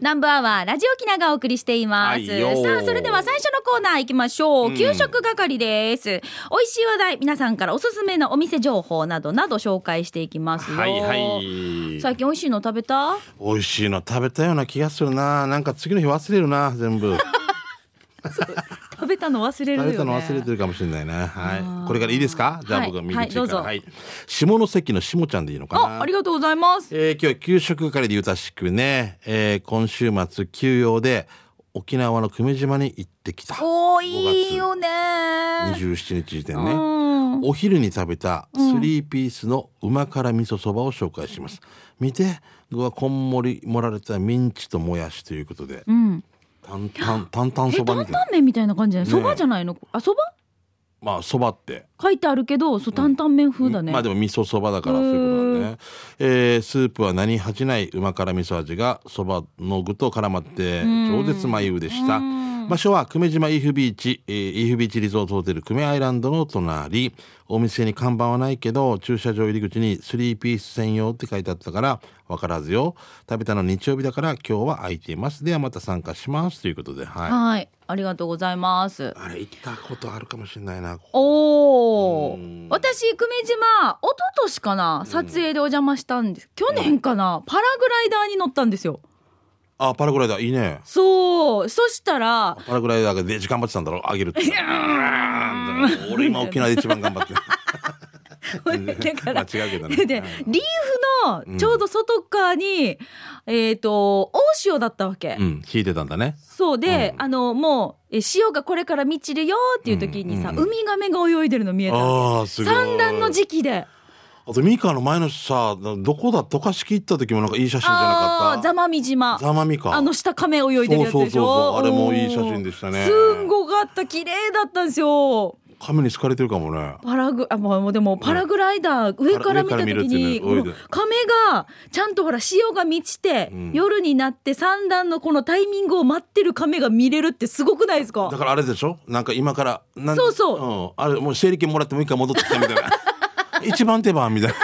南部アワーラジオキナがお送りしています、はいさよーあそれでは最初のコーナー行きましょう、うん給食係です美味しい話題皆さんからおすすめのお店情報などなど紹介していきますよ、はいはい。最近美味しいの食べた美味しいの食べたような気がするななんか次の日忘れるな全部食べたの忘れるよ食ねべたの忘れてるかもしれないなはいこれからいいですかじゃあ僕はい見てきてはいどうかぞらはい下関の下ちゃんでいいのかあなありがとうございますえー今日は給食係でゆたしくね、えー今週末休養で沖縄の久米島に行ってきたおーいいよね27日時点うねんお昼に食べたスリーピースの旨辛味噌そばを紹介します、見て具はこんもり盛られたミンチともやしということでうん担々担々えそば担々みたいな麺みたいな感じじゃないねそば、じゃないのあそばまあそばって書いてあるけどそう担々麺風だね、まあでも味噌そばだからそういうことなんね、えースープは何恥じないうま辛味噌味がそばの具と絡まって超絶眉でした場所は久米島イーフビーチ、えーイーフビーチリゾートホテル久米アイランドの隣お店に看板はないけど駐車場入り口に3ピース専用って書いてあったから分からずよ食べたの日曜日だから今日は空いていますではまた参加しますということではいはいありがとうございますあれ行ったことあるかもしれないなおおうん私久米島一昨年かな撮影でお邪魔したんです去年かなパラグライダーに乗ったんですよあパラグライダーいいねそうそした ら パラグライダーで時間張ってたんだろあげるって。俺今沖縄で一番頑張ってる。 だからまあ違うけどね。で、リーフのちょうど外側に、えっ、と、大潮だったわけ。うん、聞いてたんだね。そうで、うんあの、もう、え潮がこれから満ちるよっていう時にさ、うんウミガメが泳いでるの見えた。ああ、すごい。産卵の時期で。あと、ミカの前のさ、どこだ、渡嘉敷行った時もなんかいい写真じゃなあかあ、っざた。まみ島。ザマミカ。あの、下亀泳いでるやつでしょそうそうそうそうあれもいい写真でしたねすんごかった綺麗だったんですよ亀に好かれてるかもね。パラグあもうでもパラグライダー上から見た時に上から見るっていうねも泳いでう亀がちゃんとほら潮が満ちて、うん夜になって産卵のこのタイミングを待ってる亀が見れるってすごくないですかだからあれでしょなんか今から、なんそうそううん。あれ、もう整理券もらってもう一回戻ってきたみ たいな。一番手番みたいな。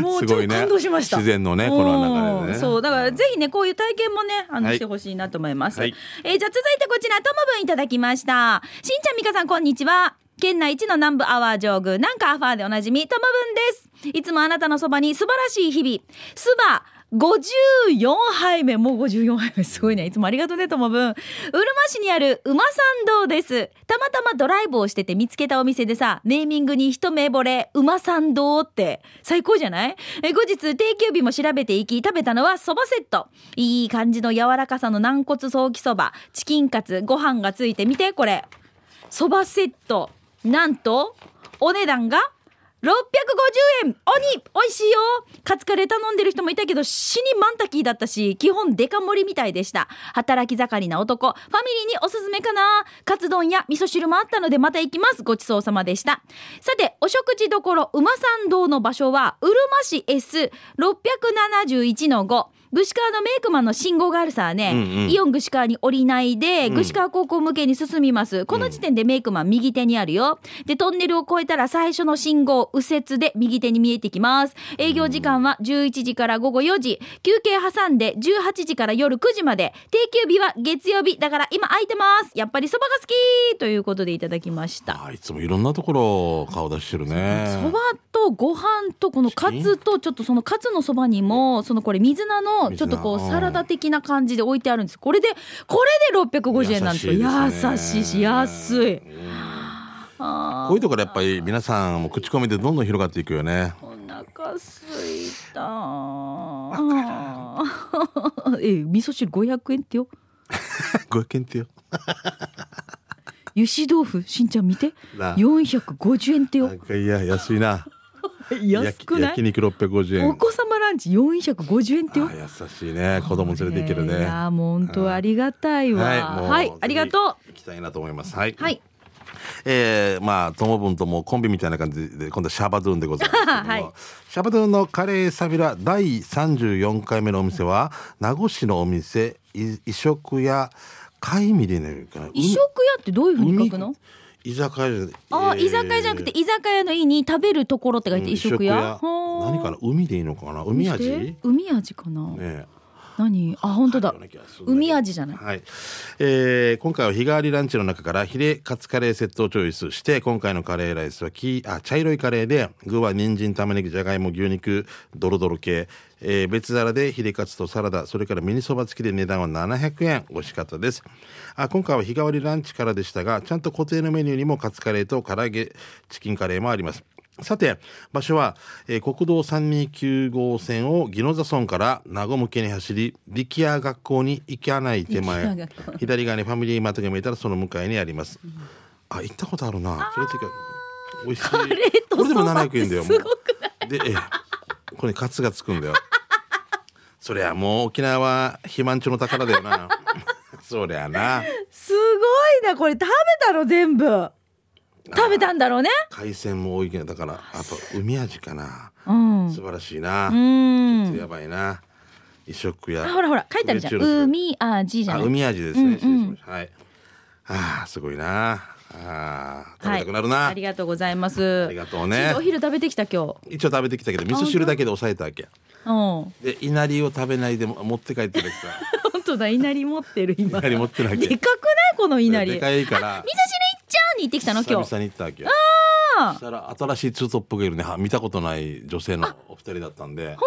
もうすちょごっいとね感動しました、自然のねこの流れでねうんそうだからぜひねこういう体験もねあのはいしてほしいなと思います、はいえーじゃあ続いてこちらともぶんいただきましたしんちゃんみかさんこんにちは県内一の南部アワー上宮なんかアファーでおなじみともぶんですいつもあなたのそばに素晴らしい日々すば54杯目もう54杯目すごいねいつもありがとうねともぶんうるま市にある馬参道ですたまたまドライブをしてて見つけたお店でさネーミングに一目惚れ馬参道って最高じゃないえ後日定休日も調べていき食べたのはそばセットいい感じの柔らかさの軟骨ソーキそばチキンカツご飯がついてみてこれそばセットなんとお値段が650円鬼美味しいよカツカレー頼んでる人もいたけど死にマンタキーだったし基本デカ盛りみたいでした働き盛りな男ファミリーにおすすめかなカツ丼や味噌汁もあったのでまた行きますごちそうさまでしたさてお食事どころ馬参道の場所はうるま市 S671 の5串川のメイクマンの信号があるさね、うんうんイオン串川に降りないで、んぐし串川高校向けに進みます。この時点でメイクマン右手にあるよ。で、トンネルを越えたら最初の信号、右折で右手に見えてきます。営業時間は11時から午後4時、休憩挟んで18時から夜9時まで、定休日は月曜日、だから今空いてます。やっぱりそばが好きということでいただきました。あいつもいろんなところ顔出してるね。そばとご飯とこのカツとちょっとそのカツのそばにもそのこれ水菜のちょっとこう水菜サラダ的な感じで置いてあるんですこれでこれで650円なんですよ優しいし安いあこういうところやっぱり皆さんも口コミでどんどん広がっていくよ ね。お腹すいた。 え、味噌汁五百円ってよ。 500円ってよ。油脂豆腐、しんちゃん見てな。あ四百五十円ってよな。んかいや安いな。安くな焼い。き焼肉650円。お子様ランチ四百五十円ってよあ。優しいね。子供連れていけるいね。やー、もう本当ありがたいわ。もうはい、ありがとぜひ行きたいなと思います。はい。う。はい。えー、まあともぶんともコンビみたいな感じで今度はシャバドゥンでございますけど も、はいシャバドゥンのカレーサビラ第34回目のお店は名護市のお店い異食屋海味でねかな異食屋ってどういうふうに書くの海？居酒屋じゃあー、えー居酒屋じゃなくて居酒屋のいいに食べるところって書いてうん異食屋。はー何かな海でいいのかな海そして味海味かな。ね何あ本当だあるような気がするんだけど海味じゃないはい、えー今回は日替わりランチの中からヒレカツカレーセットをチョイスして今回のカレーライスはきあ茶色いカレーで具は人参玉ねぎじゃがいも牛肉ドロドロ系、えー別皿でヒレカツとサラダそれからミニそば付きで値段は700円美味しかったですあ今回は日替わりランチからでしたがちゃんと固定のメニューにもカツカレーと唐揚げチキンカレーもありますさて場所は、えー国道329号線を宜野座村から名護向けに走り力也学校に行かない手力前也学校左側にファミリーマートが見えたらその向かいにあります、あ行ったことあるなそれってか美味しいカレーとこれでもそばっ700て円だよもうすごくないでええこれにカツがつくんだよそりゃもう沖縄は肥満中の宝だよな そりゃなすごいなこれ食べたの全部食べたんだろうね海鮮も多いけどだからあと海味かなうん素晴らしいな、うんやばいな。移植や。ほらほら書いてあるじゃん宇宙の海味じゃあ、ない海味ですね。うんうん失礼しましたはい。ああ、すごいな。ああ、食べたくなるな。ありがとうございますありがとうねちょっとお昼食べてきた今一応食べてきたけど、味噌汁だけで抑えたわけ。日うんで、稲荷を食べないでも、持って帰ってるから本当だ稲荷持ってる 今稲荷持ってるわけでかくないこの稲荷で味噌汁かいかいら。っちゃうに行ってきたの久今々日に行ったわけよ。そしたら、新しいツートップがいるね、は見たことない女性のお二人だったんで。本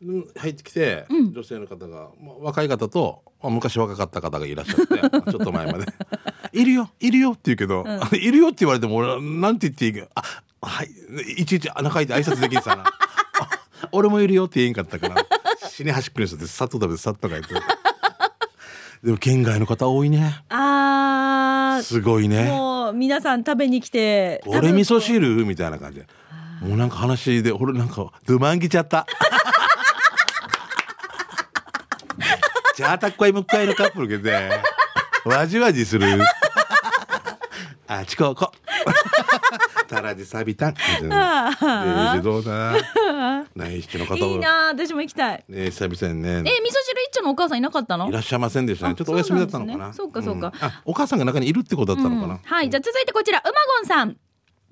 うん入ってきて、女性の方が、まあ、若い方と、まあ、昔若かった方がいらっしゃってちょっと前まで 「いるよいるよ」って言うけど「あいるよ」って言われても俺はなんて言っていいか「あはい」いちいち穴かいて挨拶できんさな あ「俺もいるよ」って言えんかったから死に端っこにしてさっと食べてさっと帰ってでも県外の方多いね当あすごいーねもう皆さん食べに来て「俺味噌汁?」みたいな感じでもうなんか話で俺なんかドゥマンギちゃ ったじゃあたっこい向かいのカップルけでわじわじするあちここたらじさびたんみたいなあえーどうだ内視の方ーいいなー私も行きたいね久々にねえ味噌汁一丁のお母さんいなかったのいらっしゃいませんでしたねあちょっとお休みだったのかなそうなんですねそうかそうかんあお母さんが中にいるってことだったのかな、はい、じゃあ続いてこちら、うまごんさん。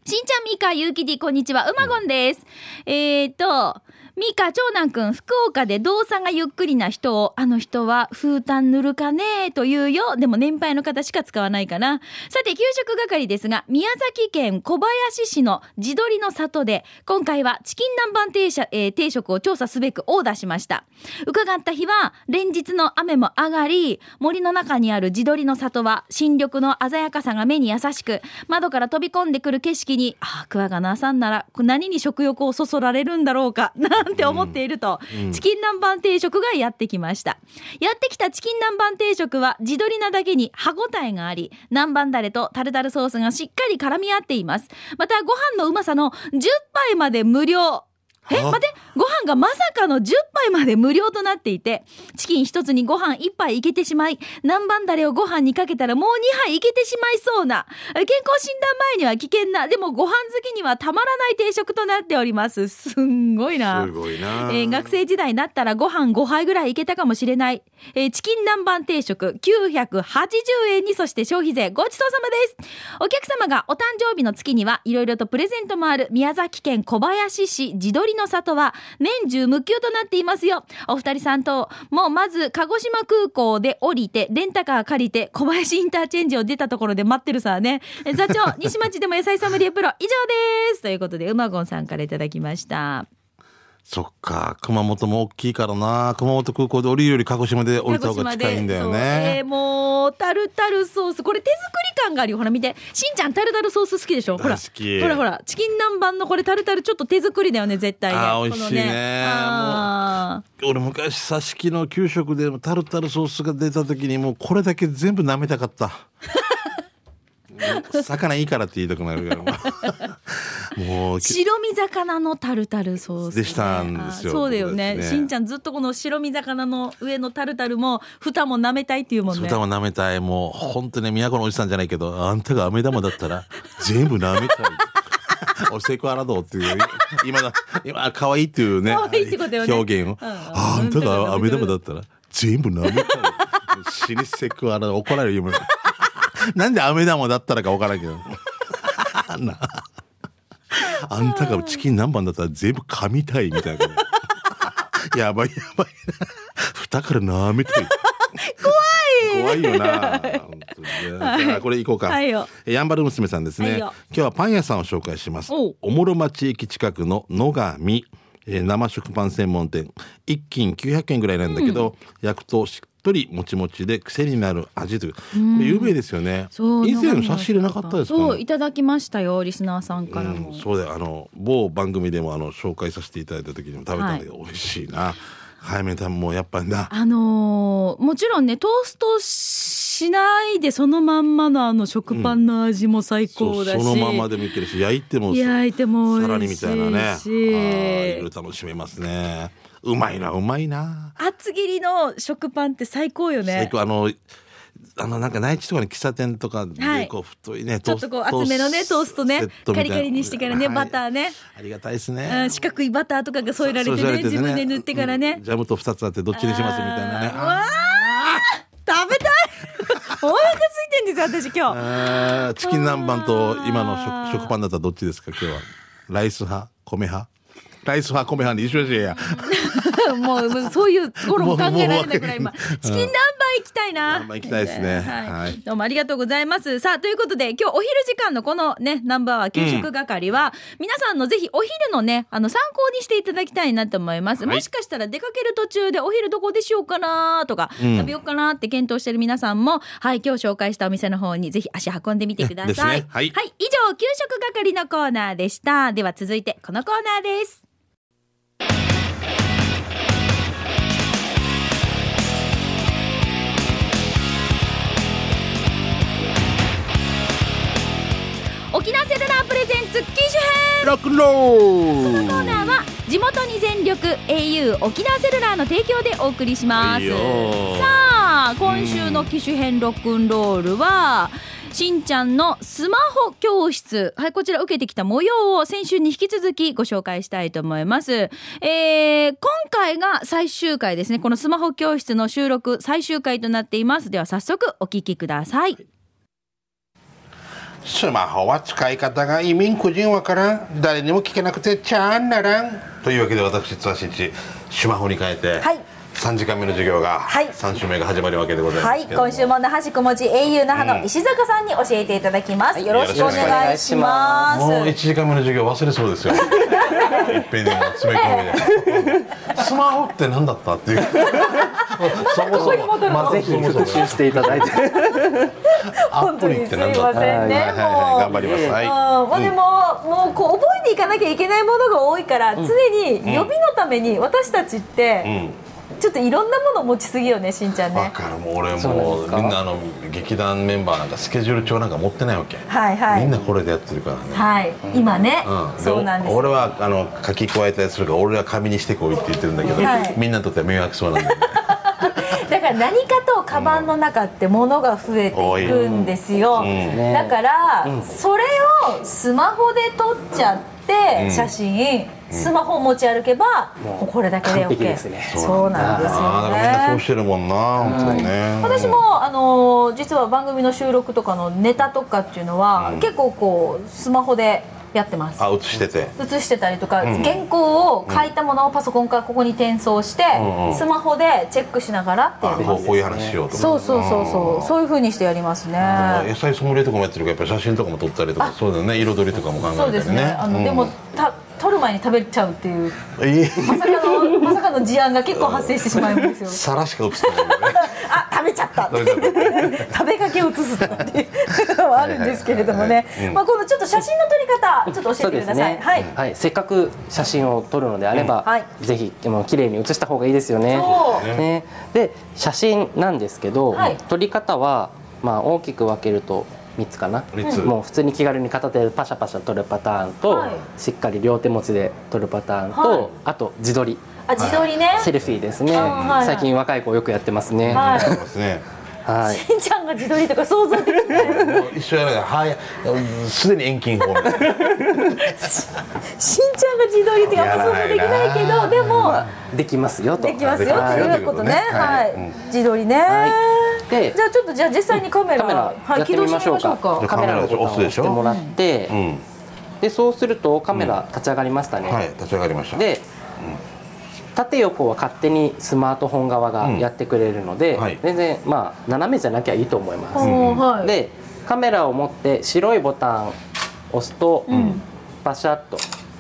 しんちゃん、みーか、ゆうきり、こんにちは。うまごんです。えーっと、みーか、長男くん、福岡で動作がゆっくりな人を、あの人は、風炭塗るかねというよ。でも、年配の方しか使わないかな。さて、給食係ですが、宮崎県小林市の地鶏の里で、今回はチキン南蛮定食,、えー定食を調査すべくオーダーしました。伺った日は、連日の雨も上がり、森の中にある地鶏の里は、新緑の鮮やかさが目に優しく、窓から飛び込んでくる景色に、ああ、クワガナさんなら、何に食欲をそそられるんだろうか、 なんて思っていると、チキン南蛮定食がやってきました。やってきたチキン南蛮定食は、地鶏なだけに歯ごたえがあり、南蛮だれとタルタルソースがしっかり絡み合っています。また、ご飯のうまさの10杯まで無料。え、は待って、ご飯がまさかの10杯まで無料となっていて、チキン一つにご飯1杯いけてしまい、南蛮だれをご飯にかけたらもう2杯いけてしまいそうな、え健康診断前には危険な、でもご飯好きにはたまらない定食となっております。すんごいな。すごいな、えー学生時代になったらご飯5杯ぐらいいけたかもしれない、えーチキン南蛮定食980円にそして消費税ごちそうさまですお客様がお誕生日の月にはいろいろとプレゼントもある宮崎県小林市地鶏の里は年中無休となっていますよお二人さんともまず鹿児島空港で降りてレンタカー借りて小林インターチェンジを出たところで待ってるさねえー座長西町でも野菜ソムリエプロ以上ですということでうまごんさんからいただきましたそっか、熊本も大きいからな。熊本空港で降りるより鹿児島で降りた方が近いんだよえーね。もうタルタルソースこれ手作り感があるよほら見てしんちゃんタルタルソース好きでしょほら大好きほらほらチキン南蛮のこれタルタルちょっと手作りだよね絶対ねあー美味しいねこのあー俺昔、挿し木の給食でもタルタルソースが出た時にもうこれだけ全部舐めたかった。 もう魚いいからって言いたくなるから。 もう、白身魚のタルタルソース、でしたんですよあーそうだよね僕たちねしんちゃんずっとこの白身魚の上のタルタルも蓋も舐めたいっていうもんね豚も舐めたい。もう本当に都のおじさんじゃないけど、あんたが飴玉だったら 全部舐めたい。俺セクハラどうっていう今だ今可愛いっていうね可愛いってことよね表現を、うんああんたが飴玉だったら全部舐めたい死にセクハラ怒られる今なんで飴玉だったらか分からんけど なあんたがチキン南蛮だったら全部噛みたいみたいなやばいやばい。蓋からなめてる。怖い。怖いよな。本当にねじゃあこれいこうか。はいよえーヤンバル娘さんですね、はいよ今日はパン屋さんを紹介しますおうおもろ町駅近くの野上、えー生食パン専門店一斤900円ぐらいなんだけど、焼くとしっとりもちもちで癖になる味というこれ有名ですよねそう以前差し入れなかったですか、ね、そういただきましたよリスナーさんからも、うん、そうだよあの某番組でもあの紹介させていただいた時にも食べたんだけど、美味しいな早めたもうやっぱりなあのーもちろんねトーストしないでそのまんまのあの食パンの味も最そ高うだし、そのままでもいけるし焼いても焼いても美味しいしさらにみたいなねあーいろいろ楽しめますねうまいなうまいな、厚切りの食パンって最高よね最高あのあのなんか内地とかの喫茶店とかはでいこう太いね、ちょっとこう厚めのねトーストねセッみたいなカリカリにしてからねはいバターねありがたいですね、うん四角いバターとかが添えられてそうね自分で塗ってからね、うんジャムと二つあってどっちにしますみたいなねあーうわー食べたい お腹空いてんですよ私今日あーチキン南蛮と今の食食パンだったらどっちですか今日はライス派米派ライス派米派に一緒じゃやもうもうそういうところも考えられないくらい今もうチキン南蛮行きたいな南蛮行きたいですねは、はいいどうもありがとうございますさあということで今日お昼時間のこのねナンバーは給食係は、皆さんのぜひお昼のねあの参考にしていただきたいなと思います、はいもしかしたら出かける途中でお昼どこでしようかなとか、ん食べようかなって検討してる皆さんもはい今日紹介したお店の方にぜひ足運んでみてくだですさい、ねはいはい、以上給食係のコーナーでしたでは続いてこのコーナーです沖縄セルラープレゼンツ機種編ロックンロールコーナーは地元に全力 au 沖縄セルラーの提供でお送りしますいいさよあ今週の機種編ロックンロールはしんちゃんのスマホ教室はいこちら受けてきた模様を先週に引き続きご紹介したいと思います、えー今回が最終回ですねこのスマホ教室の収録最終回となっていますでは早速お聞きくださいスマホは使い方が移民個人わからん誰にも聞けなくてちゃんならんというわけで私津和新一スマホに変えて、はい3時間目の授業が、はい3週目が始まるわけでございますはい、けども今週も那覇市小文字 au 那覇の石坂さんに教えていただきます。よろしくお願いします。もう1時間目の授業忘れそうですよいっぺんに詰め込みでスマホって何だったっていうそもそもまあぜひ復習していただいて。アプリって何だった本当にすいませんねはいはいはい、頑張ります、はいうん、まあでも、もうこう覚えていかなきゃいけないものが多いから、常に予備のために私たちって、ちょっといろんなもの持ちすぎよね、しんちゃんわね。かるもう俺うなんもですうかみんなあの劇団メンバーなんかスケジュール帳なんか持ってないわけ、はいはいみんなこれでやってるからね、はい、今ね、うんそうなんです。俺はあの書き加えたりするから俺は紙にしてこいって言ってるんだけど、はいみんなにとっては迷惑そうなんだよね だから何かとカバンの中って物が増えていくんですよ、うんだからそれをスマホで撮っちゃって写真、スマホを持ち歩けばもうこれだけで完璧 OK ですねそうなんですああだからみんなよそうねしてるもんな、本当にね私も、あのー実は番組の収録とかのネタとかっていうのは、結構こうスマホでやってますあ映してて写してたりとか、原稿を書いたものをパソコンからここに転送して、んうんスマホでチェックしながらっていうあこうこういう話しようとかそうそうそうそう、そういう風にしてやりますね。野菜ソムリエとかもやってるからやっぱり写真とかも撮ったりとかそうだよね彩りとかも考そうえたでりすねね。あの、でも、た、取る前に食べちゃうっていう、うんいい。まさかの、まさかの事案が結構発生してしまうんですよ皿しか映ってないよね あ、食べちゃった。食べちゃっ 食べかけを移すとかっていうのはあるんですけれどもねはいはいはいはい。うんまあ、このちょっと写真の撮り方、ちょっと教そえうてでくすださい。ね。はい。はい、せっかく写真を撮るのであれば、うんはいぜひもう綺麗に写した方がいいですよね。そうね、で写真なんですけど、はい撮り方はまあ大きく分けると。3つかな三つもう普通に気軽に片手でパシャパシャ撮るパターンと、はいしっかり両手持ちで撮るパターンと、はいあと自撮りあ、自撮りね。セルフィーですね、あーはいはい最近若い子よくやってますね、はそうい。ですねはい、しんちゃんが自撮りとか想像できない。もう一緒やらないはいうんすでに 遠近法みたいなしんちゃんが自撮りってあんま想像できないけど、でも。できますよとできますよっていうことね。ははいい、自撮りね。はいでじゃあちょっとじゃあ実際にカメラカメラはいやってみましょ起動してみまうか,、しょうかカメラのボタンを押してもらって、うんでそうするとカメラ立ち上がりましたね、はい立ち上がりましたで、縦横は勝手にスマートフォン側がやってくれるので、うんはい全然まあ斜めじゃなきゃいいと思います、うんはい。でカメラを持って白いボタンを押すと、バシャッと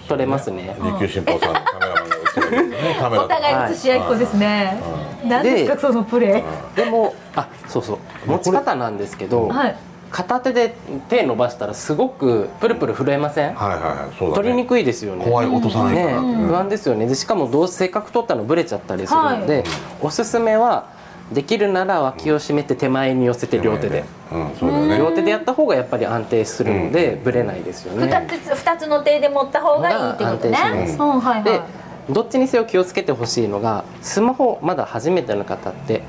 撮れますね、琉球新報さんのカメラマンが映ってるね、カメラおとか互い映し合いっ子ですね。何ですかでそのプレー。でもあそうそう持ち方なんですけど、はい。片手で手伸ばしたらすごくプルプル震えません、はいはいはい、そうだね。取りにくいですよね怖い落とさないかねら。不安ですよねでしかもどうせっかく取ったのブレちゃったりするので、はおすすめはできるなら脇を締めて手前に寄せて両手で、。うん、そうだよね。両手でやった方がやっぱり安定するので、ブレないですよね二つ二つの手で持った方がいいってことねが安定しま。すうんはいではどっちにせよ気をつけてほしいのがスマホまだ初めての方って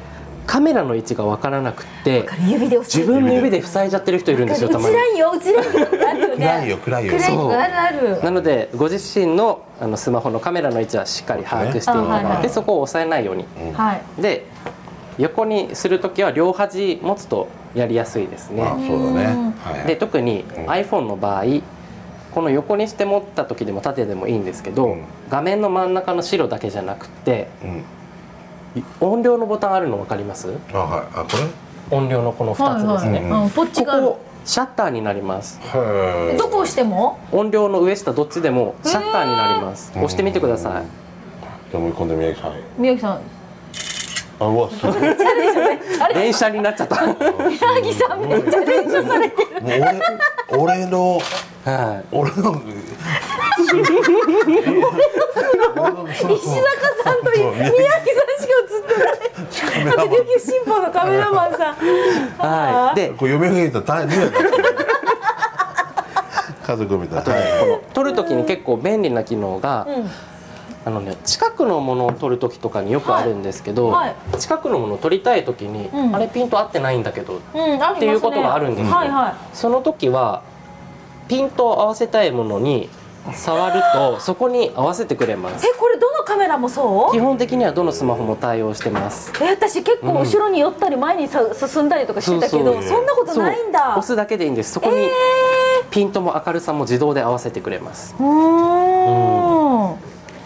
カメラの位置が分からなくってい。指で押す。自分の指で塞いじゃってる人いるんですよたま映にらんよ映らんよってあるよね。暗いよ暗いよ暗いそうあるある。なのでご自身のあのスマホのカメラの位置はしっかり把握していたあはいだはいいてそこを押さえないようにはい。で横にする時は両端持つとやりやすいですあ、ねそうだね。はでい。特に iPhone の場合この横にして持った時でも縦でもいいんですけど、うん画面の真ん中の白だけじゃなくてうん。音量のボタンあるの分かりますあ、はい。あ、これ。音量のこの2つですね、はいはい。うんポッチがあるここシャッターになりますへーどこ押しても音量の上下どっちでもシャッターになりますへー押してみてくださいでも、今度宮城さん。宮城さん。あ、うわ、すごい。あれ連射になっちゃった宮城さんめっちゃ練習されてる。もう俺、俺の、はい俺の。石坂さんと宮城さんしか映ってない。あと琉球新報のカメラマンさん。はいでこう嫁がいたら大変だよ。家族みたいな。はいこの撮る時に結構便利な機能が、んあのね、近くのものを撮る時とかによくあるんですけど、はい近くのものを撮りたい時に、うんあれピント合ってないんだけどうん、ありますねっていうことがあるんですよはいはその時はピントを合わせたいものに触る とそこに合わせてくれまい。すえ、これどのカメラもそ基う？本的にはどのスマホも対応してますえ、私結構後ろに寄ったり前にさ進んだりとかしてたけど、そうそんなことないんだ。押すだけでいいんですそこにピントも明るさも自動で合わせてくれます、うーん。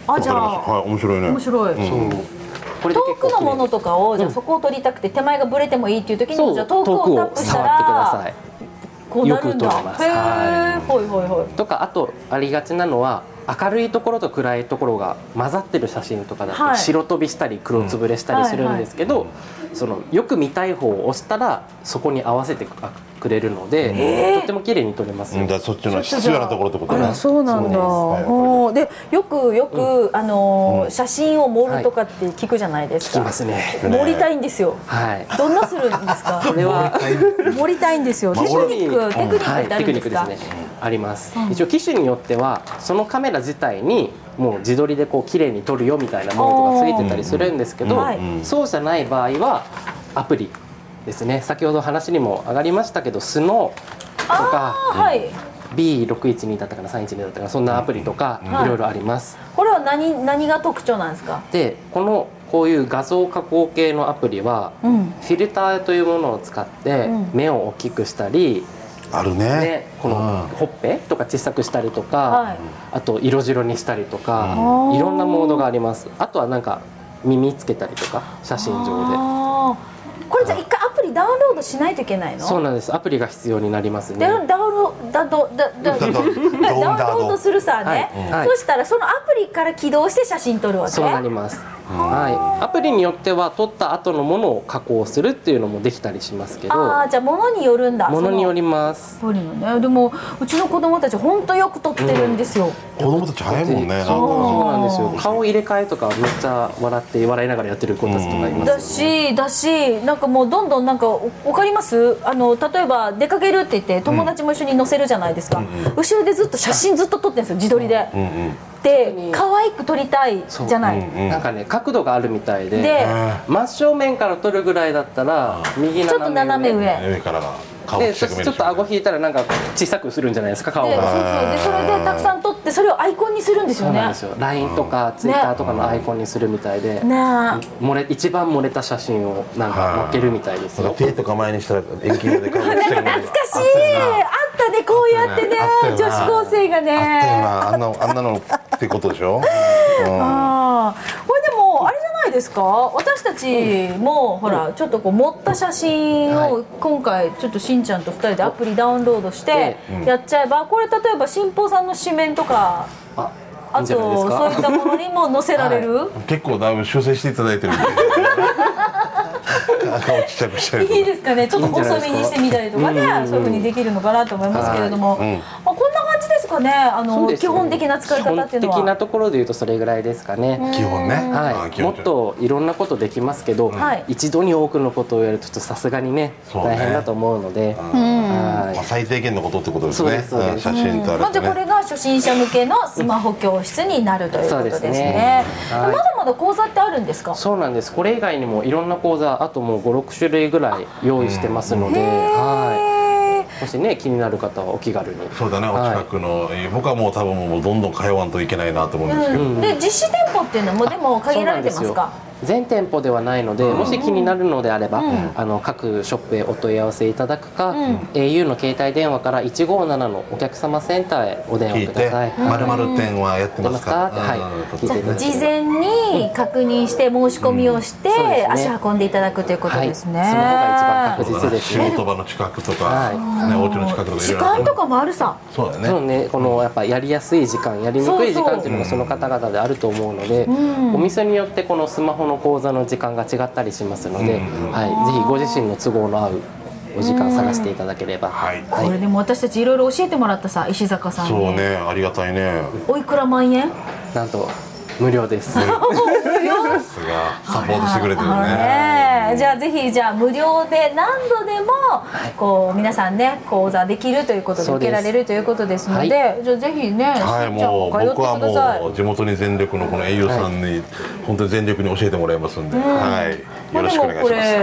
あ、じゃあはい、面白いね。面白い。うんこれで遠結構くのものとかをじゃあうんそこを取りたくて手前がブレてもいいっていう時そにうじゃあ遠遠くくをタッをプした触ってくださらいこうなるんだ。よく撮れますへえ、ほいほいほい。とかあとありがちなのは明るいところと暗いところが混ざってる写真とかだと、はい白飛びしたり黒つぶれしたりするんですけど、そのよく見たい方を押したらそこに合わせてくれるので、とっても綺麗に撮れますうよ、ん、だからそっちの必要なところってことあねら。そうなんだ。そうんでよくよくあのー写真を盛るとかって聞くじゃないですきかま。すね盛りたいんですよ。はいどんなするんですか。 これは盛りたいんですよ。テクニック、テクニックはっいてあテるクんですニックか。ですねあります、一応機種によってはそのカメラ自体にもう自撮りでこう綺麗に撮るよみたいなものとかついてたりするんですけど、はいそうじゃない場合はアプリですね先ほど話にも上がりましたけどスノーとあかはい。 B612 だったかな312だったかなそんなアプリとかんいろいろあります、これは何何が特徴なんですか。でこのこういう画像加工系のアプリは、うん。フィルターというものを使ってうん目を大きくしたり、あるねね。、このほっぺとか小さくしたりとか、はいあと色白にしたりとか、うんいろんなモードがありますあとはなんか耳つけたりとか写真上あーこれじゃあ一回アプリダウンロードしないといけないでの。そうなんですアプリが必要になりますねダウンダウンロードダドダダダダウンドロードするさねはいうん。はいそしたらそのアプリから起動して写真撮るわけ。そうなります、はい、アプリによっては撮った後のものを加工するっていうのもできたりしますけどああじゃあ物によるんだ。ものによりそますの。アプリのね。でもうちの子供たち本当よく撮ってるんですよ。子供たち早いもんね。そうなんですあよ顔入れ替えとかめっちゃ笑って笑いながらやってる子たちとかいますよねだしだしなんかもうどんどんなんかおわかりますあの例えば出かけるって言って友達も一緒に乗せるじゃないですか、後ろでずっと写真ずっと撮ってるんですよ自撮りで、で可愛く撮りたいじゃない、なんかね角度があるみたいでで真正面から撮るぐらいだったら右斜めちょっと斜め上上からが顔でしそてしくめてちょるっと顎引いたらなんか小さくするんじゃないですか顔でそうがそうでそれでたくさん撮ってそれをアイコンにするんですそようなんねですよ LINE とか Twitter とかのアイコンにするみたいでねえ漏れ一番漏れた写真をなんか載っけるみたいですよ手とか前にしたら遠近で顔してる懐かしいあったねこうやってねあったよ女な子高生がねあんなあんなのってことでしょ。ああこれでもないですか私たちも、ほらちょっとこう持った写真はをい今回ちょっとしんちゃんと2人でアプリダウンロードしてやっちゃえばこれ例えば新報さんの紙面とかあいいあんとじゃないですかそういったものにも載せられる、結構だいぶ修正していただいてるんで顔ちっちゃくしたりとかいいですかねちょっと細身にしてみたりとかねそういうふうにできるのかなと思いますけれども、あこんな感じですかねあそうのですね基本的な使い方っていうの基本的なは。ところで言うとそれぐらいですかね、基本ね、あはーい、基も本っといろんなことできますけど、はい一度に多くのことをやるとちょっとさすがにねそうね大変だと思うので、はまあ、最低限のことってことですそうねですそうですうん写真とあれまあ、じとゃあこねれが初心者向けのスマホ教室になるということですそうですねね。はいまだまだ講座ってあるんですかい、。そうなんですこれ以外にもいろんな講座あともう56種類ぐらい用意してますので、はへーい、もしね気になる方はお気軽にそうだねお近くの、えー僕はもう多分もうどんどん通わんといけないなと思うんですけど、うん、で実施店舗っていうのもでも限られてますそうなかん。ですよ全店舗ではないので、もし気になるのであれば、あの各ショップへお問い合わせいただくか、au の携帯電話から157のお客様センターへお電聞い話くだてさい。 「まるまる店はやってますか?」やってますかうんはいこ聞といてでみまねす事前に確認して申し込みをしてうんそうですね足運んでいただくということはい、ですそね。の方が一番確実です仕ね。事場の近くとか、はいね、お家の近くとかい時ろいろあ間るとかもあるさ。そうだよねそうね、このやっぱやりやすい時間やりにくい時間っていうのがその方々であると思うので、お店によってこのスマホの講座の時間が違ったりしますので、はい、ぜひご自身の都合の合うお時間探していただければ、はいこれでも私たちいろいろ教えてもらったさ石坂さんにそうねありがたいねおいくら万円なんと無料です。さすがサポートしてくれてるねあのねじゃあぜひじゃあ無料で何度でもこう皆さんね講座できるということでそう受ですけられるということですのでじゃあぜひねはい、しんちゃんもう通って僕はくださいもう地元に全力のこの栄養さんに本当に全力に教えてもらいますんで、はい、まよあろでしもくお願いこします。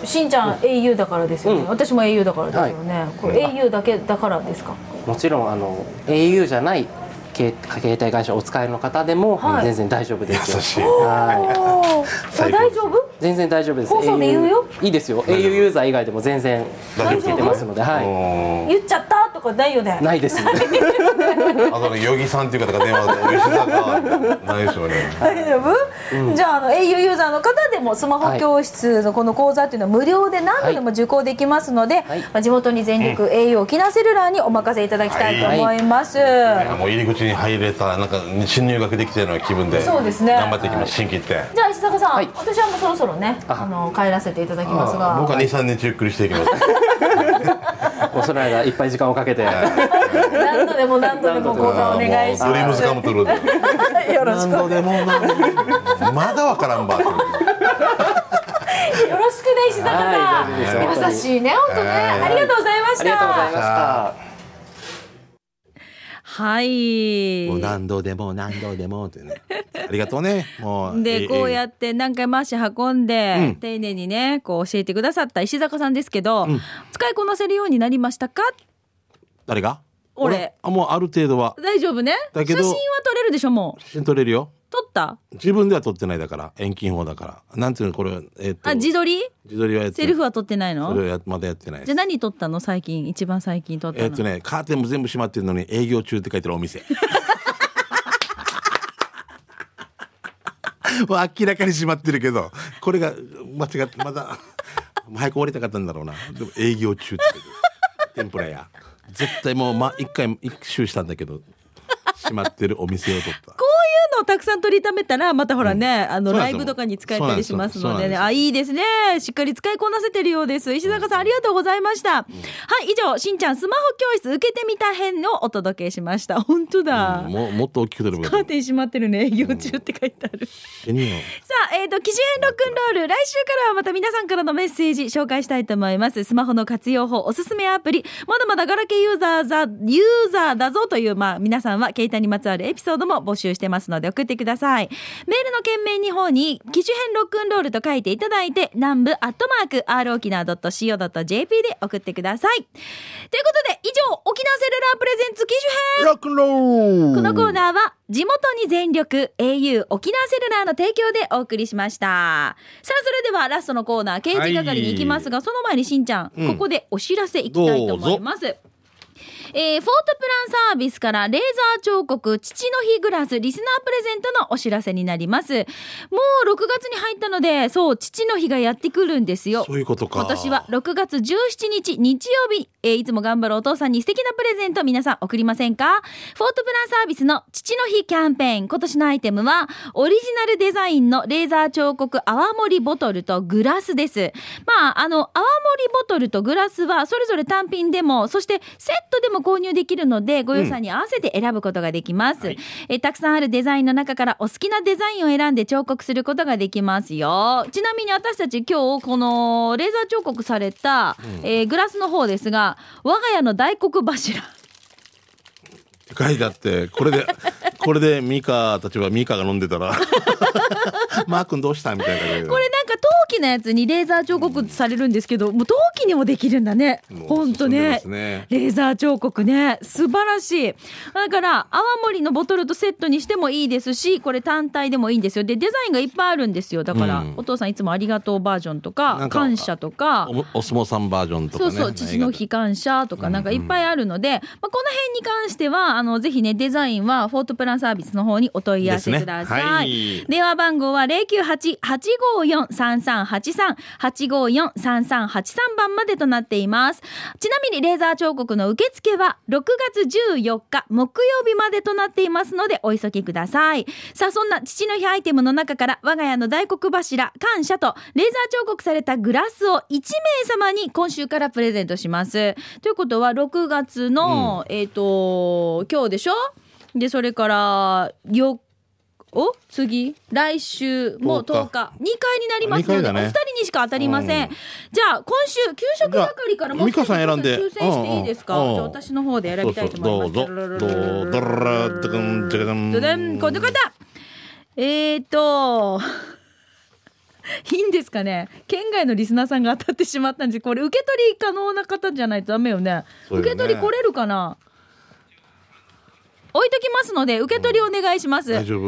れ、しんちゃん au だからですよね、うん私も au だからですよね、これ au だけだからですかもちろんあの au じゃない携携帯会社をお使いの方でも、はい全然大丈夫ですよ優しい。はいおお大 最高です丈夫全然大丈夫です放送で言うよ au いいですよ au ユーザー以外でも全然大丈夫つけてますので、はうん言っちゃったとかないよねい、ないですあとね、ヨギさんっていう方が電話で、おいしさがないですよね。大丈夫、じゃああの au ユーザーの方でもスマホ教室のこの講座っていうのは無料で何度でも受講できますので、はいまあ、地元に全力 au 沖縄セルラーにお任せいただきたいと思います、もう入り口に入れた、なんか新入学できたような気分で、そうですね頑張っていきます、新規って。じゃあ石坂さん、はい私はもうそろそろねあの帰らせていただきますが僕は二三日ゆっくりしてい きます。もうその間いっぱい時間をかけて何度でも何度でも講座お願いしもうドリームまズすカムトゥルーで。 よろしく何度でも何度でもまだわからんば。よろしくね石坂さん、はい大丈夫です優しいね本当ね、はいありがとうございましありがとうございたましたはいもう何度でも何度でもって ねありがとうねもうでこうやっって何回も足運んで、うん丁寧にねこう教えてくださった石坂さんですけど、使いこなせるようになりましたか誰が俺あもうある程度は大丈夫ねだ写け真どは撮れるでしょもう写真撮れるよ撮った自分では撮ってないだから遠近法だからなんていうのこれえっとあ自撮り自撮りはやってセルフは撮ってないそれのはやまだやってないじゃあ何撮ったの最近一番最近撮ったの、えっとねカーテンも全部閉まってるのに営業中って書いてるお店 もう明らかに閉まってるけどこれが間違ってまだ早く終わりたかったんだろうなでも営業中って書いてる天ぷら屋絶対もう、ま、一回一周したんだけど閉まってるお店を取っこうたいうのをたくさん取りためたらまたほらね、あのそうラなんですよイブとかに使えたりしますそうのなんでねですよそうなんですよあいいですねしっかり使いこなせてるようです石坂さんありがとうございました、はい以上しんちゃんスマホ教室受けてみた編をお届けしました本当だ、うんもうもっと大きく取ればよカかーったテン閉まってるね営業中って書いてある死ぬよさあ、えっ、と、機種編ロックンロール、来週からはまた皆さんからのメッセージ紹介したいと思います。スマホの活用法、おすすめアプリ、まだまだガラケーユーザーざ、ユーザーだぞという、まあ、皆さんは携帯にまつわるエピソードも募集してますので送ってください。メールの件名に方に、機種編ロックンロールと書いていただいて、南部アットマーク、r 沖縄 .co.jp で送ってください。ということで、以上、沖縄セルラープレゼンツ機種編ロックンロールこのコーナーは地元に全力 au 沖縄セルラーの提供でお送りしましたさあそれではラストのコーナー刑事係に行きますが、その前にしんちゃん、うんここでお知らせいきたいと思いますえーフォートプランサービスからレーザー彫刻父の日グラスリスナープレゼントのお知らせになります。もう6月に入ったので、そう、父の日がやってくるんですよ。そういうことか今年は6月17日日曜日、えーいつも頑張るお父さんに素敵なプレゼント皆さん送りませんかフォートプランサービスの父の日キャンペーン今年のアイテムはオリジナルデザインのレーザー彫刻泡盛ボトルとグラスですまああの泡盛ボトルとグラスはそれぞれ単品でもそしてセットでも購入できるのでご予算に合わせて選ぶことができます、えーたくさんあるデザインの中からお好きなデザインを選んで彫刻することができますよちなみに私たち今日このレーザー彫刻された、えーグラスの方ですが我が家の大黒柱書いてあってこれで これでミカたちはミカが飲んでたら マー君どうしたみたいな感じでこれなんか陶器のやつにレーザー彫刻されるんですけど、もう陶器にもできるんだねもう。本当ね進んでますねレーザー彫刻ね、素晴らしい。だから泡盛のボトルとセットにしてもいいですし、これ単体でもいいんですよ。でデザインがいっぱいあるんですよ。だから、うんお父さんいつもありがとうバージョンとかなんか感謝とか。おお相撲さんバージョンとかそうねそう、父の日感謝とか、なんかいっぱいあるので、まあ、この辺に関しては、あの、ぜひね、デザインは、フォートプランサービスの方にお問い合わせですくねださい。はい電話番号は、098-854-3383、854-3383番までとなっています。ちなみに、レーザー彫刻の受付は、6月14日、木曜日までとなっていますので、お急ぎください。さあ、そんな父の日アイテムの中から、我が家の大黒柱、感謝と、レーザー彫刻されたグラスを1名様に今週からプレゼントします。ということは、6月の、えっ、と、今日でしょで、それから、よ、お次、来週、もう10 10日、2回になりますので、二回だおね二人にしか当たりません。うんじゃあ、今週、給食係からもうじゃあ美香さん選んで抽選していいですか、うんうんじゃあ、私の方で選びたいと思います。そうそうどうぞどうぞドラドゥクンドゥクンドゥンこの方えーと、 いいんですかね県外のリスナーさんが当たってしまったんですこれ受け取り可能な方じゃないとダメよねそうよ受ねけ取り来れるかな置いときますので受け取りお願いします、う大丈夫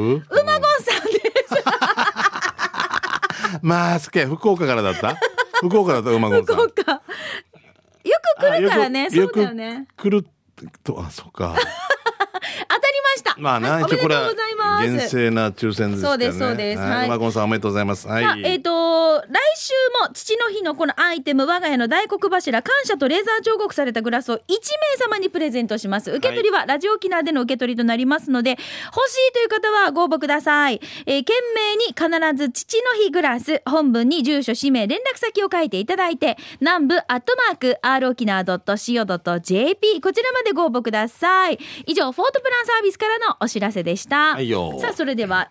まごんさんですまあすけ福岡からだった 福岡だった馬込福さん岡よく来るからねあそようくだよねよく来るとあそっか当たりました、まあな はいおめでとうございま厳す正な抽選ですからねそうですそうですははいい馬込さんおめでとうございますはさあいえっ、と、来週も父の日のこのアイテム、我が家の大黒柱、感謝とレーザー彫刻されたグラスを1名様にプレゼントします。受け取りはラジオ沖縄での受け取りとなりますので、欲しいという方はご応募ください。えー、懸命に必ず父の日グラス、本文に住所、氏名、連絡先を書いていただいて、南部アットマーク、r 沖縄 .co.jp、こちらまでご応募ください。以上、フォートプランサービスからのお知らせでした。はいよさあ、それでは、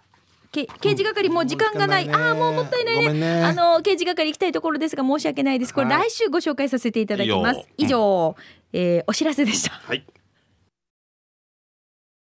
け刑事係もう時間がない。もう時間なあいねあ、もうもったいないごめんね。ねあの、刑事係行きたいところですが、申し訳ないです。これは来週ご紹介させていただきますいいよ。以上、えーお知らせでした。はい